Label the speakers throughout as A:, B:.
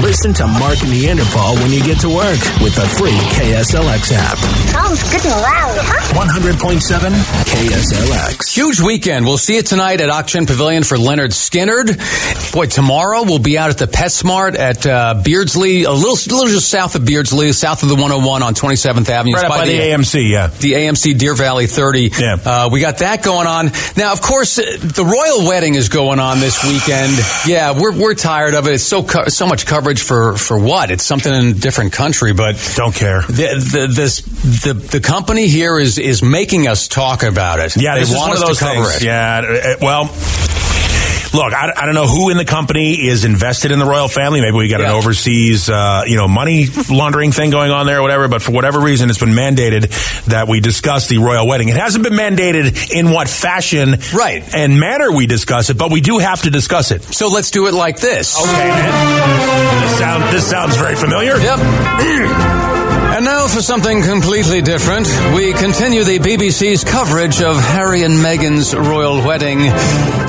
A: Listen to Mark Neanderthal when you get to work with the free KSLX app.
B: Sounds good and loud, huh?
A: 100.7 KSLX.
C: Huge weekend. We'll see you tonight at Auction Pavilion for Leonard Skinnard. Boy, tomorrow we'll be out at the PetSmart at uh, Beardsley, a little, little just south of Beardsley, south of the 101 on 27th Avenue. It's
D: Right up by the AMC, yeah.
C: the AMC Deer Valley 30.
D: Yeah.
C: Uh, we got that going on. Now, of course, uh, the royal wedding is going on this weekend. Yeah, we're, we're tired of it. It's so co- so much coverage for, for what? It's something in a different country, but
D: Don't care.
C: the, the, this, the, the company here is, is making us talk about it.
D: Yeah,
C: they
D: this is
C: want
D: one of
C: us
D: those
C: to cover
D: things.
C: it.
D: Yeah, uh, well. Look, I, I don't know who in the company is invested in the royal family. Maybe we got
C: Yeah.
D: an overseas, uh, you know, money laundering thing going on there or whatever. But for whatever reason, it's been mandated that we discuss the royal wedding. It hasn't been mandated in what fashion
C: Right.
D: and manner we discuss it, but we do have to discuss it.
C: So let's do it like this.
D: Okay, man. This, sound, this sounds very familiar.
C: Yep. And now for something completely different. We continue the BBC's coverage of Harry and Meghan's royal wedding.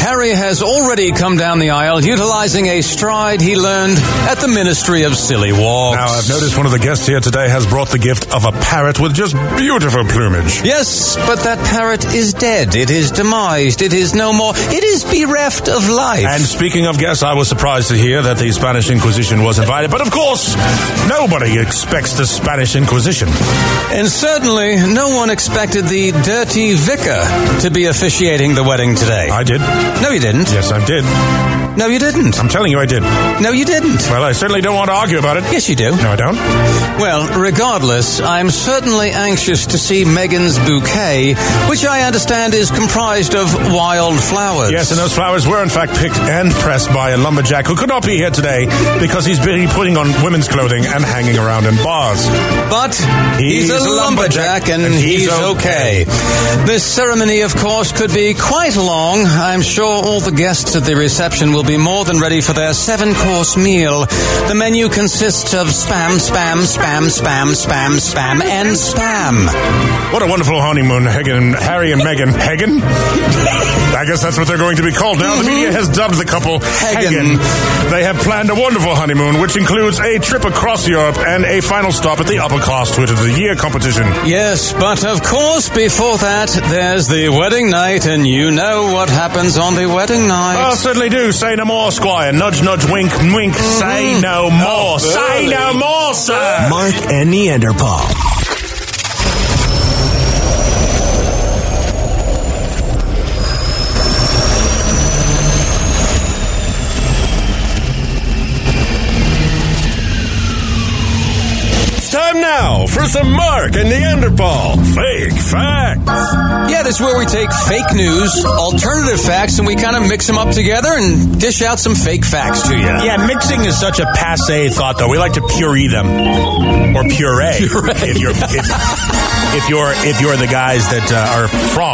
C: Harry has already come down the aisle utilizing a stride he learned at the Ministry of Silly Walks.
D: Now, I've noticed one of the guests here today has brought the gift of a parrot with just beautiful plumage.
C: Yes, but that parrot is dead. It is demised. It is no more. It is bereft of life.
D: And speaking of guests, I was surprised to hear that the Spanish Inquisition was invited. But of course, nobody expects the Spanish Inquisition.
C: And certainly, no one expected the dirty vicar to be officiating the wedding today.
D: I did.
C: No, you didn't.
D: Yes, I did.
C: No, you didn't.
D: I'm telling you, I did.
C: No, you didn't.
D: Well, I certainly don't want to argue about it.
C: Yes, you do.
D: No, I don't.
C: Well, regardless, I'm certainly anxious to see Megan's bouquet, which I understand is comprised of wild flowers.
D: Yes, and those flowers were in fact picked and pressed by a lumberjack who could not be here today because he's busy putting on women's clothing and hanging around in bars.
C: But he's,
D: He's
C: a
D: a
C: lumberjack,
D: lumberjack
C: and,
D: and
C: he's,
D: he's
C: okay.
D: okay.
C: This ceremony, of course, could be quite long. I'm sure all the guests at the reception will be more than ready for their seven course meal. The menu consists of spam, spam, spam, spam, spam, spam, and spam.
D: What a wonderful honeymoon, Hagen, Harry and Meghan. Hagen? I guess that's what they're going to be called now. The media has dubbed the couple
C: Hagen.
D: Hagen. They have planned a wonderful honeymoon, which includes a trip across Europe and a final stop at the Upper Class Twit of the Year competition.
C: Yes, but of course, before that, there's the wedding night, and you know what happens on the wedding night.
D: I Oh, certainly do. Say no more, Squire. Nudge, nudge, wink, wink. Say no more. Say no more, sir.
A: Mark and Neanderthal.
D: It's time now for some Mark and Neanderthal. Fake facts.
C: Yeah, that's where we take fake news, alternative facts, and we kind of mix them up together and dish out some fake facts to you.
D: Yeah, mixing is such a passe thought, though. We like to puree them, or puree, if you're if, if you're if you're the guys that uh, are French,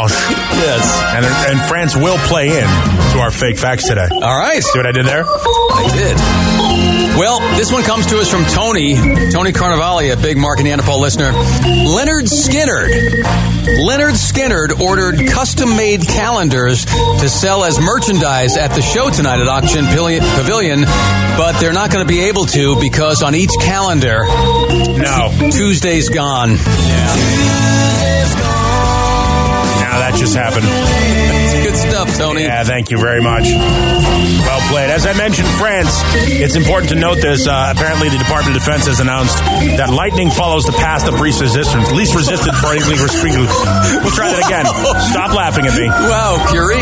C: Yes.
D: and and France will play in to our fake facts today.
C: All right.
D: See what I did there?
C: I did. Oh, Well, this one comes to us from Tony, Tony Carnivale, a big Mark and Neanderthal listener. Leonard Skinnerd. Leonard Skinnerd ordered custom made calendars to sell as merchandise at the show tonight at Auction Pili- Pavilion, but they're not going to be able to because on each calendar,
D: No,
C: Tuesday's gone.
D: now that just happened.
C: Good stuff, Tony.
D: Yeah, thank you very much. Well played. As I mentioned, France. It's important to note this. Uh, apparently, the Department of Defense has announced that lightning follows the path of least resistance. Least resistance for anything. We'll try that again. Stop laughing at me.
C: Wow, Curie.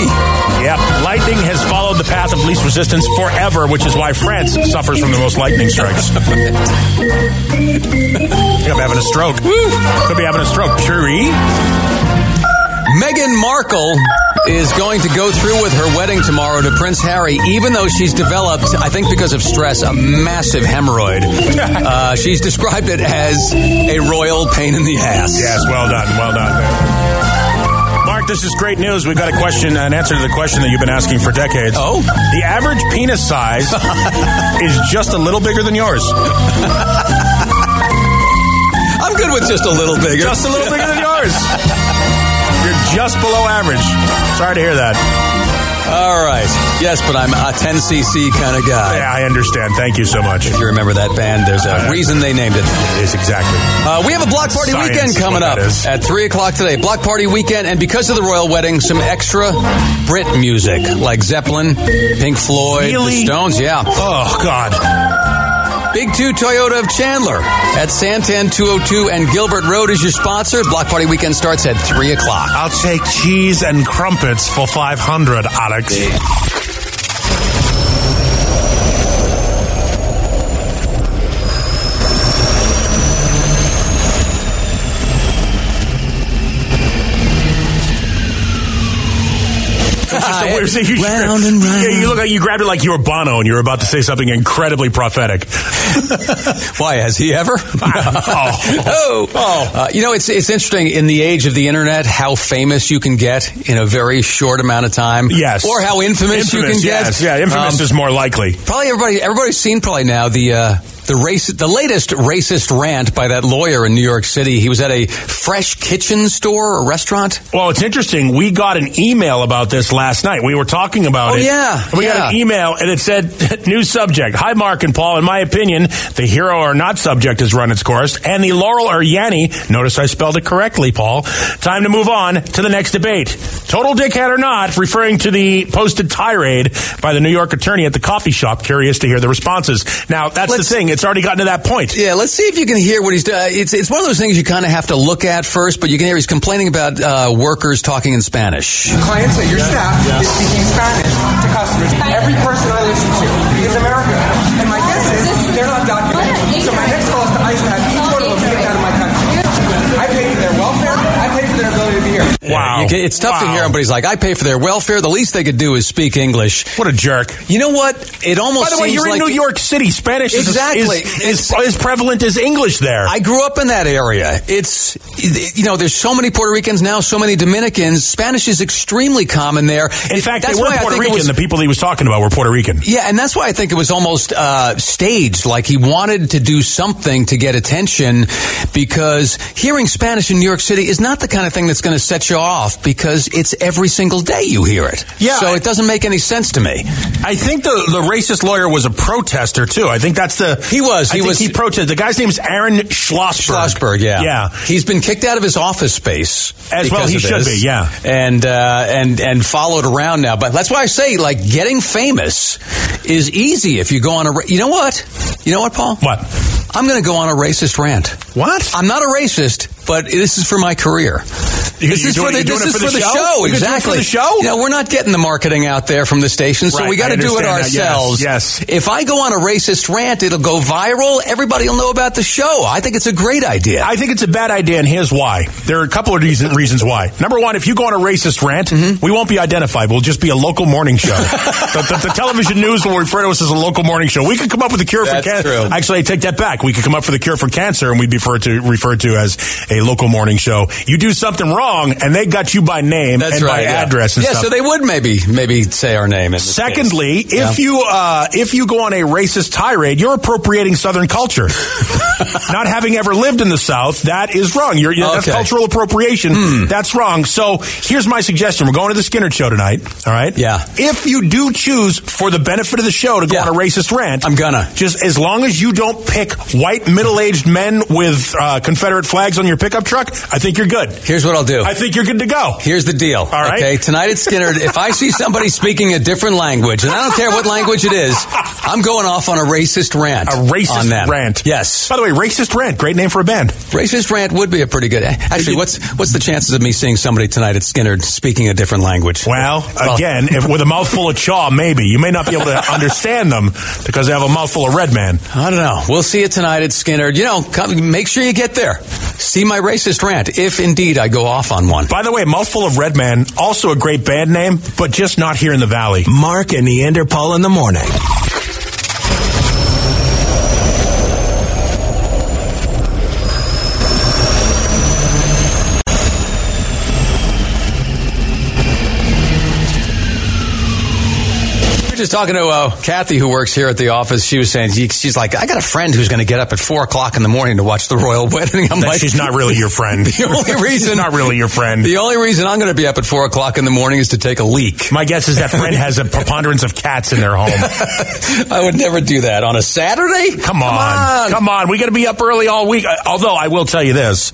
D: Yep. Lightning has followed the path of least resistance forever, which is why France suffers from the most lightning strikes. I think I'm having a stroke. Could be having a stroke. Curie?
C: Meghan Markle is going to go through with her wedding tomorrow to Prince Harry, even though she's developed, I think because of stress, a massive hemorrhoid. Uh, she's described it as a royal pain in the ass.
D: Yes, well done. Well done. Mark, this is great news. We've got a question, an answer to the question that you've been asking for decades.
C: Oh?
D: The average penis size is just a little bigger than yours.
C: I'm good with just a little bigger.
D: Just a little bigger than yours. You're just below average. Sorry to hear that.
C: All right. Yes, but I'm a 10cc kind of guy.
D: Yeah, I understand. Thank you so much.
C: If you remember that band, there's a reason they named it that.
D: Yes, exactly.
C: Uh, we have a block party
D: Science,
C: weekend coming
D: what
C: up
D: that is.
C: at 3 o'clock today. Block party weekend, and because of the royal wedding, some extra Brit music like Zeppelin, Pink Floyd,
D: Really?
C: the Stones. Yeah.
D: Oh, God.
C: Big 2 Toyota of Chandler at Santan 202 and Gilbert Road is your sponsor. Block party weekend starts at 3 o'clock.
D: I'll take cheese and crumpets for 500, Alex.
C: Ah,
D: So
C: yeah.
D: we're saying you
C: round and round.
D: Yeah, you look like you grabbed it like you were Bono and you were about to say something incredibly prophetic.
C: Why has he ever?
D: Oh.
C: oh. Uh, you know, it's it's interesting in the age of the internet how famous you can get in a very short amount of time.
D: Yes.
C: or how infamous, you can
D: yes,
C: get.
D: Yeah, infamous
C: Um,
D: is more likely.
C: probably everybody everybody's seen probably now the uh, the race the latest racist rant by that lawyer in New York City. He was at a fresh kitchen store or restaurant.
D: Well, it's interesting. We got an email about this last night. We were talking about
C: Oh,
D: it.
C: yeah,
D: We
C: yeah.
D: got an email and it said, new subject. Hi, Mark and Paul. In my opinion, the hero or not subject has run its course and the Laurel or Yanny, notice I spelled it correctly, Paul. Time to move on to the next debate. Total dickhead or not, referring to the posted tirade by the New York attorney at the coffee shop. Curious to hear the responses. Now, that's
C: Let's-
D: the thing. It's already gotten to that point.
C: Yeah, let's see if you can hear what he's doing. It's it's one of those things you kind of have to look at first, but you can hear he's complaining about uh, workers talking in Spanish.
E: clients that your staff is speaking Spanish to customers. Every person I listen to is American. And my guess is they're not documented. So my next call is to ICE to have each one of them kicked out of my country. I pay for their welfare. I pay for their ability to be here.
D: Wow.
C: You can- it's tough to
D: Wow.
C: hear him, but he's like, I pay for their welfare. The least they could do is speak English.
D: What a jerk.
C: You know what? It almost
D: By the way,
C: seems
D: you're
C: like
D: in New York City. Spanish is-
C: Exactly.
D: is, is, is, as prevalent as English there.
C: I grew up in that area. It's, you know, there's so many Puerto Ricans now, so many Dominicans. Spanish is extremely common there.
D: in
C: It-
D: fact, they
C: that's
D: were
C: why I
D: Puerto
C: think it
D: Rican.
C: was-
D: the people he was talking about were Puerto Rican.
C: yeah, and that's why I think it was almost uh, staged. Like he wanted to do something to get attention because hearing Spanish in New York City is not the kind of thing that's going to set you off because it's every single day you hear it.
D: Yeah,
C: So
D: I-
C: it doesn't make any sense to me.
D: I think the, the racist lawyer was a protester too. I think that's the
C: He was.
D: I
C: He
D: think
C: was-
D: He protested. The guy's name is Aaron Schlossberg.
C: Schlossberg, yeah,
D: yeah.
C: He's been kicked out of his office space
D: As well
C: because
D: he
C: of
D: should
C: this,
D: be, yeah.
C: and uh, and and followed around now. But that's why I say, like, getting famous is easy if you go on a. ra- You know what? You know what, Paul?
D: What?
C: I'm going to go on a racist rant.
D: What?
C: I'm not a racist, but this is for my career.
D: You're
C: this is
D: doing-
C: for the,
D: you're doing
C: this
D: it
C: is
D: for the
C: show.
D: show? You're doing it for
C: exactly.
D: the show?
C: You know, we're not getting the marketing out there from the station, so
D: Right,
C: we got
D: I
C: to do it
D: understand that. Yes,
C: ourselves.
D: yes.
C: If I go on a racist rant, it'll go viral. Everybody will know about the show. I think it's a great idea.
D: I think it's a bad idea, and here's why. There are a couple of reason, reasons why. Number one, if you go on a racist rant,
C: Mm-hmm.
D: we won't be identified. We'll just be a local morning show. the, the- the television news will refer to us as a local morning show. We could come up with a cure
C: That's
D: for
C: true.
D: cancer. Actually, I take that back. We could come up with a cure for cancer, and we'd be referred to, referred to as a local morning show. You do something wrong, and they got you by name
C: That's
D: and
C: right.
D: by
C: yeah.
D: address and
C: yeah,
D: stuff.
C: so they would maybe maybe say our name. in this
D: Secondly,
C: case. Yeah.
D: if you uh, if you go on a racist tirade, you're appropriating Southern culture. Not having ever lived in the South, that is wrong. You're, you're- That's
C: Okay. Hmm.
D: cultural appropriation. That's wrong. So here's my suggestion: We're going to the Skinner show tonight. All right.
C: Yeah.
D: If you do choose, for the benefit of the show, to go
C: Yeah.
D: on a racist rant,
C: I'm gonna.
D: just as long as you don't pick white middle aged men with uh, Confederate flags on your pickup truck, I think you're good.
C: here's what I'll do.
D: I think you're good to go.
C: Here's the deal. All
D: right.
C: Okay, tonight at Skinner, if I see somebody speaking a different language, and I don't care what language it is, I'm going off on a racist rant.
D: A
C: on
D: racist
C: them.
D: rant.
C: Yes.
D: By the way, racist rant. Great name for a band.
C: Racist rant would be a pretty good. Actually, what's what's the chances of me seeing somebody tonight at Skinner speaking a different language?
D: Well, again, if, with a mouthful of chaw, maybe you may not be able to understand them because they have a mouthful of red man.
C: I don't know. We'll see it tonight at Skinner. You know, come, make sure you get there. See my racist rant, if indeed I go off on one.
D: By the way, mouthful of red man also a great band name, but just not here in the valley.
A: Mark and Neanderthal in the morning.
C: just talking to uh, Kathy, who works here at the office. She was saying she- she's like, I got a friend who's going to get up at four o'clock in the morning to watch the royal wedding. I'm
D: That
C: like,
D: she's not really your friend.
C: The only
D: She's
C: reason-
D: not really your friend.
C: The only reason I'm going to be up at four o'clock in the morning is to take a leak.
D: My guess is that friend has a preponderance of cats in their home.
C: I would never do that on a Saturday.
D: Come on. Come on. We got to be up early all week. Uh, Although I will tell you this.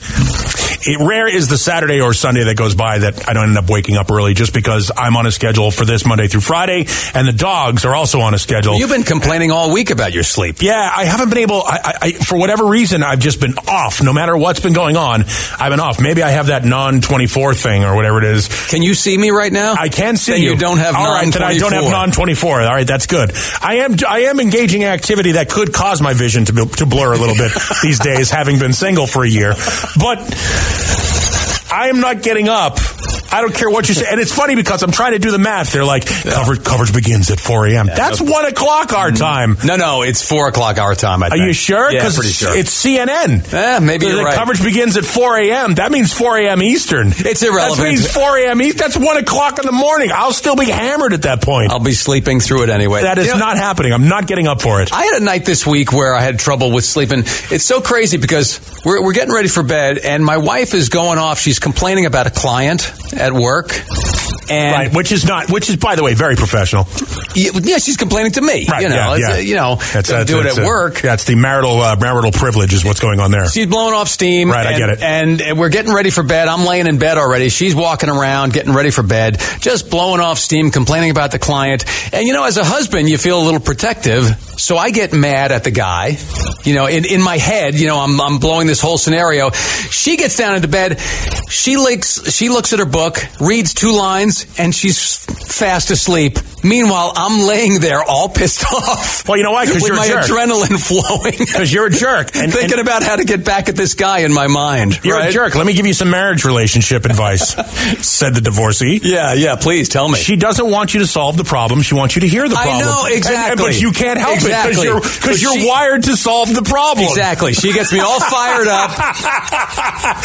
D: It rare is the Saturday or Sunday that goes by that I don't end up waking up early just because I'm on a schedule for this Monday through Friday and the dogs are also on a schedule.
C: You've been complaining all week about your sleep.
D: yeah, I haven't been able. I, I, I, for whatever reason, I've just been off. No matter what's been going on, I've been off. Maybe I have that non twenty four thing or whatever it is.
C: Can you see me right now?
D: I can see
C: Then you don't have
D: all right. Then I don't have
C: 924.
D: non twenty four. All right, that's good. I am I am engaging in activity that could cause my vision to be, to blur a little bit these days, having been single for a year. But I am not getting up. I don't care what you say. And it's funny because I'm trying to do the math. They're like coverage coverage begins at four a.m. that's one o'clock our time.
C: No, no, it's four o'clock our time. I
D: Are
C: think.
D: you sure?
C: Mm-hmm. Yeah,
D: Because
C: pretty sure.
D: it's CNN.
C: Eh, maybe
D: the,
C: you're
D: the
C: right.
D: coverage begins at 4 a.m. That means 4 a.m. Eastern.
C: It's irrelevant.
D: That means 4 a.m. East. That's 1 o'clock in the morning. I'll still be hammered at that point.
C: I'll be sleeping through it anyway.
D: that is
C: You know,
D: not happening. I'm not getting up for it.
C: I had a night this week where I had trouble with sleeping. It's so crazy because we're, we're getting ready for bed, and my wife is going off. She's complaining about a client at work, and
D: right, which is not, which is, by the way, very professional.
C: Yeah, yeah, she's complaining to me.
D: Right,
C: you know,
D: yeah,
C: it's,
D: yeah.
C: uh, you know,
D: That's-
C: don't
D: that's-
C: do it
D: that's
C: at
D: a-
C: work.
D: Yeah, it's the marital uh, marital privilege is what's going on there.
C: She's blowing off steam.
D: Right, I
C: and,
D: get it.
C: And, and we're getting ready for bed. I'm laying in bed already. She's walking around, getting ready for bed, just blowing off steam, complaining about the client. And you know, as a husband, you feel a little protective. So I get mad at the guy. You know, in, in my head, you know, I'm, I'm blowing this whole scenario. She gets down into bed. She looks, she looks at her book, reads two lines, and she's fast asleep. Meanwhile, I'm laying there all pissed off.
D: Well, you know why? 'Cause
C: With
D: you're a
C: my
D: jerk.
C: adrenaline flowing.
D: Because you're a jerk. And,
C: thinking
D: and
C: about how to get back at this guy in my mind.
D: you're
C: right?
D: a jerk. Let me give you some marriage relationship advice, said the divorcee.
C: Yeah, yeah. Please tell me.
D: She doesn't want you to solve the problem. She wants you to hear the
C: I
D: problem.
C: know,
D: And- and-
C: exactly.
D: but you can't help it
C: Exactly.
D: because you're, 'cause
C: But
D: you're
C: she-
D: wired to solve the problem.
C: Exactly. She gets me all fired up.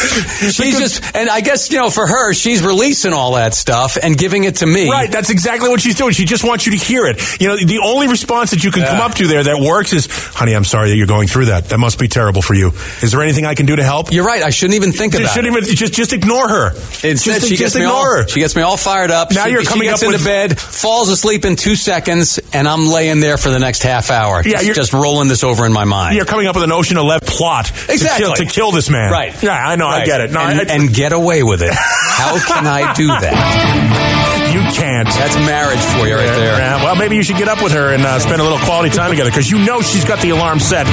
C: She's just, and I guess, you know, for her, she's releasing all that stuff and giving it to me.
D: Right, that's exactly what she's doing. She just wants you to hear it. You know, the only response that you can come up to there that works is, honey, I'm sorry that you're going through that. That must be terrible for you. Is there anything I can do to help?
C: You're right. I shouldn't even think
D: Just
C: about
D: shouldn't
C: it.
D: even just just ignore her.
C: Instead,
D: just
C: she gets
D: just
C: me
D: ignore
C: all,
D: her.
C: She gets me all fired up.
D: Now
C: she,
D: you're
C: she
D: coming
C: gets
D: up
C: into
D: with-
C: bed, falls asleep in two seconds, and I'm laying there for the next half hour.
D: Yeah,
C: just,
D: you're-
C: just rolling this over in my mind.
D: You're coming up with an Ocean Eleven plot to
C: Exactly.
D: kill- to, kill, this man.
C: Right.
D: Yeah, I know. I
C: Right.
D: get it. No,
C: and,
D: I-
C: and get away with it. How can I do that?
D: you can't.
C: That's marriage for you right there.
D: Yeah, well, maybe you should get up with her and uh, spend a little quality time together because you know she's got the alarm set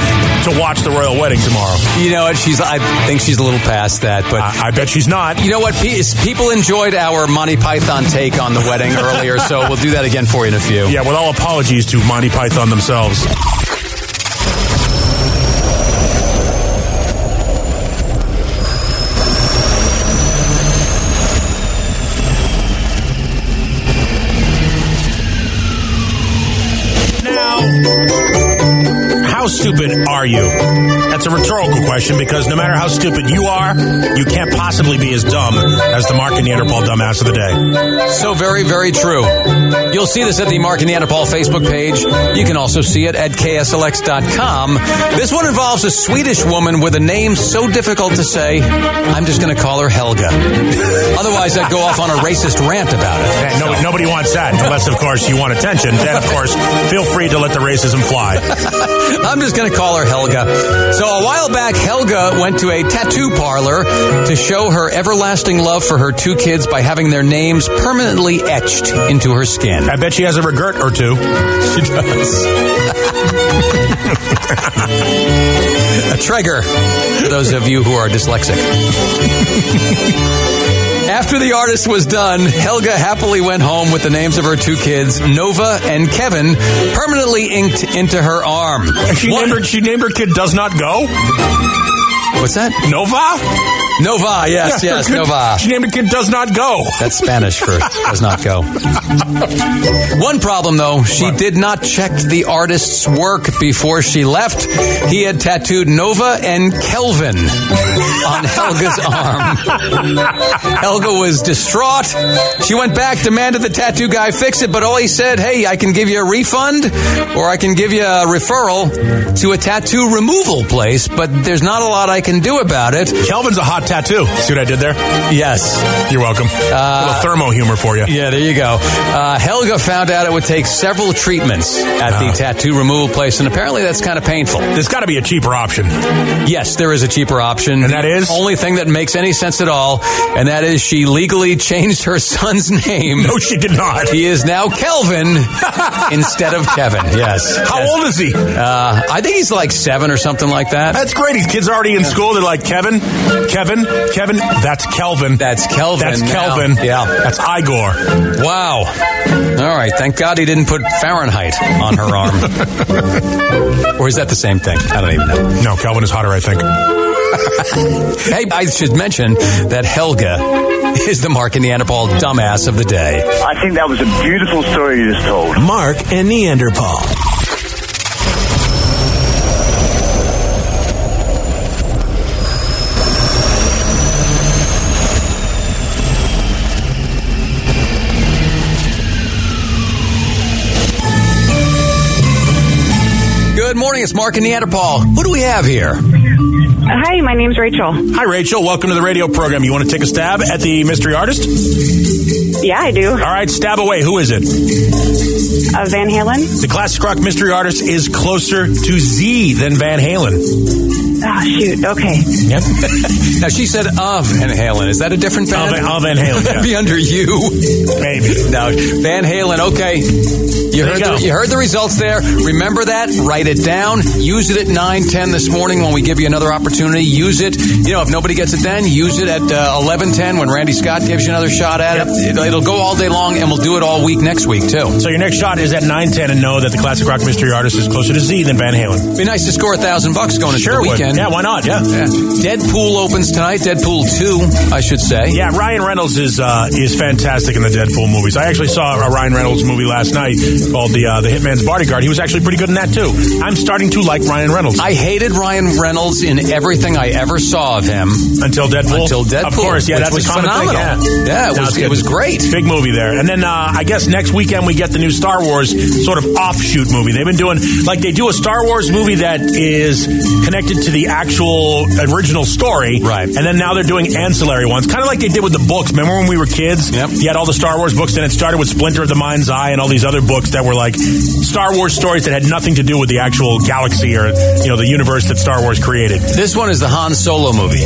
D: to watch the royal wedding tomorrow.
C: You know what? She's. I think she's a little past that, but.
D: I, I bet she's not.
C: you know what? Pe- is- People enjoyed our Monty Python take on the wedding earlier, so we'll do that again for you in a few.
D: Yeah, with all apologies to Monty Python themselves. Now, how stupid are you? That's a rhetorical question because no matter how stupid you are, you can't possibly be as dumb as the Mark and Neanderthal dumbass of the day.
C: So very, very true. You'll see this at the Mark and Neanderthal Facebook page. You can also see it at KSLX.com. This one involves a Swedish woman with a name so difficult to say, I'm just going to call her Helga. Otherwise, I'd go off on a racist rant about it.
D: Yeah, no, nobody wants that, unless, of course, you want attention. Then, of course, feel free to let the racism fly.
C: I'm just going to call her Helga. So a while back, Helga went to a tattoo parlor to show her everlasting love for her two kids by having their names permanently etched into her skin.
D: I bet she has a regret or two. She does.
C: A trigger for those of you who are dyslexic. After the artist was done, Helga happily went home with the names of her two kids, Nova and Kevin, permanently inked into her arm.
D: She named, her, she named her kid Does Not Go?
C: What's that?
D: Nova?
C: Nova, yes,
D: Yeah,
C: yes,
D: her kid-
C: Nova.
D: She named a kid Does Not Go.
C: That's Spanish for does not go. One problem, though, she did not check the artist's work before she left. He had tattooed Nova and Kelvin on Helga's arm. Helga was distraught. She went back, demanded the tattoo guy fix it, but all he said, hey, I can give you a refund or I can give you a referral to a tattoo removal place, but there's not a lot I can do about it.
D: Kelvin's a hot tattoo. See what I did there?
C: Yes.
D: You're welcome. a little thermo humor for you.
C: Uh, Yeah, there you go. Uh, Helga found out it would take several treatments at the
D: Ah.
C: tattoo removal place, and apparently that's kind of painful.
D: There's got to be a cheaper option.
C: Yes, there is a cheaper option.
D: And that is?
C: The only thing that makes any sense at all, and that is she legally changed her son's name.
D: No, she did not.
C: He is now Kelvin instead of Kevin. Yes.
D: How
C: Yes.
D: old is he?
C: Uh, I think he's like seven or something like that.
D: That's great. These kids are already in school. They're like Kevin, Kevin, Kevin. That's Kelvin.
C: That's Kelvin.
D: That's
C: now.
D: Kelvin.
C: Yeah.
D: That's Igor.
C: Wow. All right. Thank God he didn't put Fahrenheit on her arm. or is that the same thing? I don't even know.
D: No, Kelvin is hotter, I think.
C: Hey, I should mention that Helga is the Mark and Neanderthal dumbass of the day.
F: I think that was a beautiful story you just told.
A: Mark and Neanderthal.
C: Good morning, it's Mark and Neanderthal. Who do we have here?
G: Hi, my name's Rachel.
D: Hi, Rachel. Welcome to the radio program. You want to take a stab at the mystery artist?
G: Yeah, I do.
D: All right, stab away. Who is it?
G: Uh, Van Halen.
D: The classic rock mystery artist is closer to Z than Van Halen.
G: Oh, shoot. Okay.
D: Yep.
C: Now she said of Van Halen. Is that a different
D: Oh,
C: band?
D: Van, oh, Van Halen.
C: That'd
D: yeah.
C: be under you.
D: Maybe.
C: No, Van Halen. Okay, you
D: There
C: heard
D: you go.
C: the, you heard the results there. Remember that. Write it down. Use it at nine ten this morning when we give you another opportunity. Use it. You know, if nobody gets it then, use it at uh, eleven ten when Randy Scott gives you another shot at it. it. It'll go all day long, and we'll do it all week next week too.
D: So your next shot is at 910 and know that the classic rock mystery artist is closer to Z than Van Halen.
C: Be nice to score a thousand bucks going into the
D: would.
C: weekend.
D: Yeah, why not? Yeah.
C: Yeah. Deadpool opens tonight. Deadpool two, I should say.
D: Yeah, Ryan Reynolds is uh, is fantastic in the Deadpool movies. I actually saw a Ryan Reynolds movie last night called the uh, the Hitman's Bodyguard. He was actually pretty good in that too. I'm starting to like Ryan Reynolds
C: I hated Ryan Reynolds in everything I ever saw of him
D: until Deadpool.
C: until Deadpool.
D: of course. Yeah,
C: which was
D: that's a common
C: phenomenal.
D: thing. Yeah,
C: Yeah, it
D: No,
C: was,
D: it's
C: it
D: good.
C: was great.
D: Big movie there, and then uh, I guess next weekend we get the new Star Wars sort of offshoot movie. They've been doing like they do a Star Wars movie that is connected to the actual original story,
C: Right.
D: And then now they're doing ancillary ones, kind of like they did with the books. Remember when we were kids?
C: Yep.
D: You had all the Star Wars books, and it started with Splinter of the Mind's Eye and all these other books that were like Star Wars stories that had nothing to do with the actual galaxy or you know the universe that Star Wars created.
C: This one is the Han Solo movie,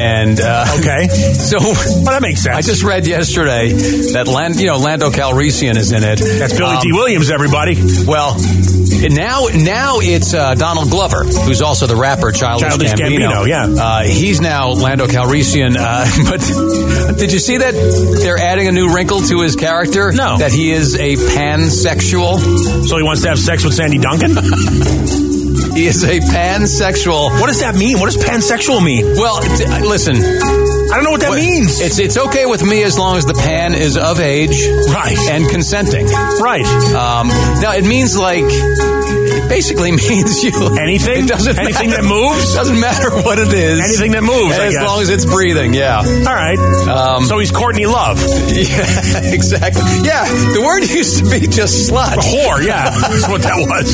C: and uh,
D: Okay,
C: so
D: well that makes sense.
C: I just read yesterday that Land, you know, Lando Calrissian is in it.
D: That's Billy
C: Um,
D: D. Williams, everybody.
C: Well, now now it's uh, Donald Glover, who's also the rapper Childish,
D: Childish Gambino, yeah.
C: uh, he's now Lando Calrissian. Uh, but did you see that they're adding a new wrinkle to his character?
D: No.
C: that he is a pansexual.
D: So he wants to have sex with Sandy Duncan?
C: He is a pansexual.
D: what does that mean? What does pansexual mean?
C: Well, t- uh, listen, that
D: I don't know what that means.
C: It's it's okay with me as long as the pan is of age
D: right.
C: and consenting.
D: right.
C: Um, now it means like it basically means you
D: Anything?
C: It doesn't
D: Anything
C: matter.
D: that moves?
C: Doesn't matter what it is.
D: Anything that moves, I
C: as
D: guess.
C: long as it's breathing. Yeah.
D: All right.
C: Um,
D: so he's Courtney Love.
C: yeah, exactly. Yeah, the word used to be just slut.
D: Whore, yeah. That's what that was.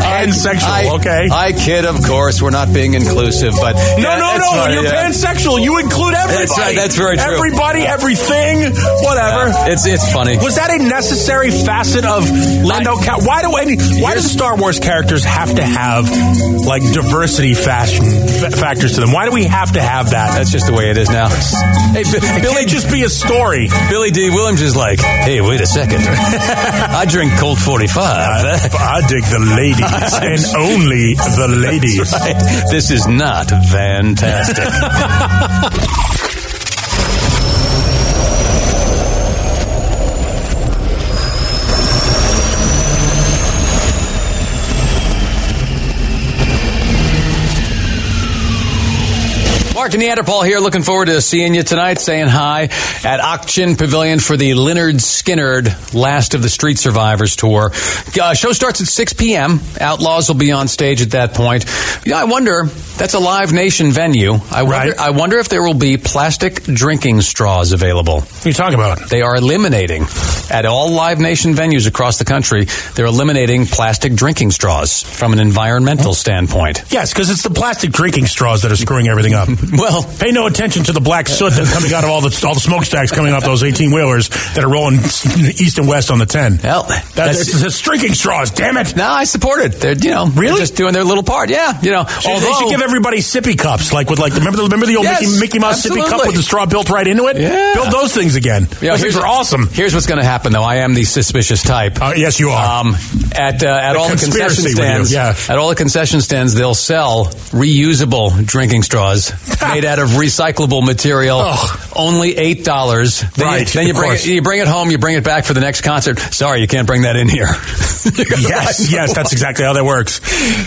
D: Pansexual,
C: I-
D: Oh, okay.
C: I kid, of course. We're not being inclusive, but
D: no,
C: Yeah, that's
D: no, no.
C: fine,
D: when you're
C: yeah.
D: pansexual, you include everybody.
C: That's right, that's very true.
D: Everybody, everything, whatever.
C: Yeah, Uh, it's it's funny.
D: Was that a necessary facet of Lando? Cal- why do any? Why do
C: Here's-
D: Star Wars characters have to have like diversity fashion f- factors to them? Why do we have to have that?
C: That's just the way it is now. Hey, B-
D: It
C: Billy
D: can't just be a story.
C: Billy D. Williams is like, hey, wait a second. I drink Colt 45.
D: I dig the ladies and only the ladies.
C: this is not fantastic. Mark and Neanderthal here. Looking forward to seeing you tonight, saying hi at Auction Pavilion for the Leonard Skinnerd Last of the Street Survivors tour. Uh, show starts at 6 p.m. Outlaws will be on stage at that point. You know, I wonder, that's a Live Nation venue. I wonder,
D: Right.
C: I wonder if there will be plastic drinking straws available.
D: What are you talking about?
C: They are eliminating at all Live Nation venues across the country. They're eliminating plastic drinking straws from an environmental standpoint.
D: Yes, because it's the plastic drinking straws that are screwing everything up.
C: Well,
D: Pay no attention to the black soot that's coming out of all the all the smokestacks coming off those eighteen wheelers that are rolling east and west on the ten.
C: well,
D: That's,
C: that's-
D: it's, it's drinking straws. Damn it!
C: no, I support it. They're you know
D: Really?
C: just doing their little part. Yeah, you know.
D: They-
C: although
D: they should give everybody sippy cups, like with like remember the, remember the old
C: Yes,
D: Mickey, Mickey Mouse sippy cup
C: absolutely.
D: with the straw built right into it.
C: Yeah.
D: Build those things again.
C: Yeah,
D: those things are awesome.
C: Here's what's going to happen, though. I am the suspicious type.
D: Uh, yes, you are.
C: Um, at uh, at all the
D: conspiracy
C: concession
D: with you,
C: stands,
D: yeah.
C: at all the concession stands, they'll sell reusable drinking straws made out of recyclable material.
D: Ugh.
C: Only eight dollars. Then
D: Right,
C: You, then you
D: of
C: bring
D: course.
C: it, you bring it home. You bring it back for the next concert. Sorry, you can't bring that in here.
D: yes, yes, that's exactly how that works.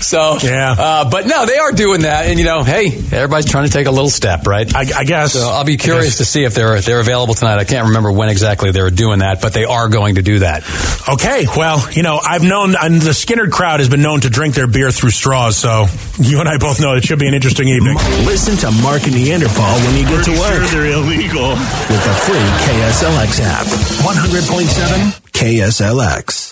C: so
D: Yeah.
C: Uh, but no, they are doing that, and you know, hey, everybody's trying to take a little step, right?
D: I, I guess.
C: So uh, I'll be
D: I
C: curious
D: guess.
C: to see if they're they're available tonight. I can't remember when exactly they were doing that, but they are going to do that.
D: Okay, well, you know, I've known and the Skinner crowd has been known to drink their beer through straws, so you and I both know it should be an interesting evening.
A: Listen to Mark and Neanderthal when you get to work
H: they're illegal.
A: with the free KSLX app. 100.7 KSLX.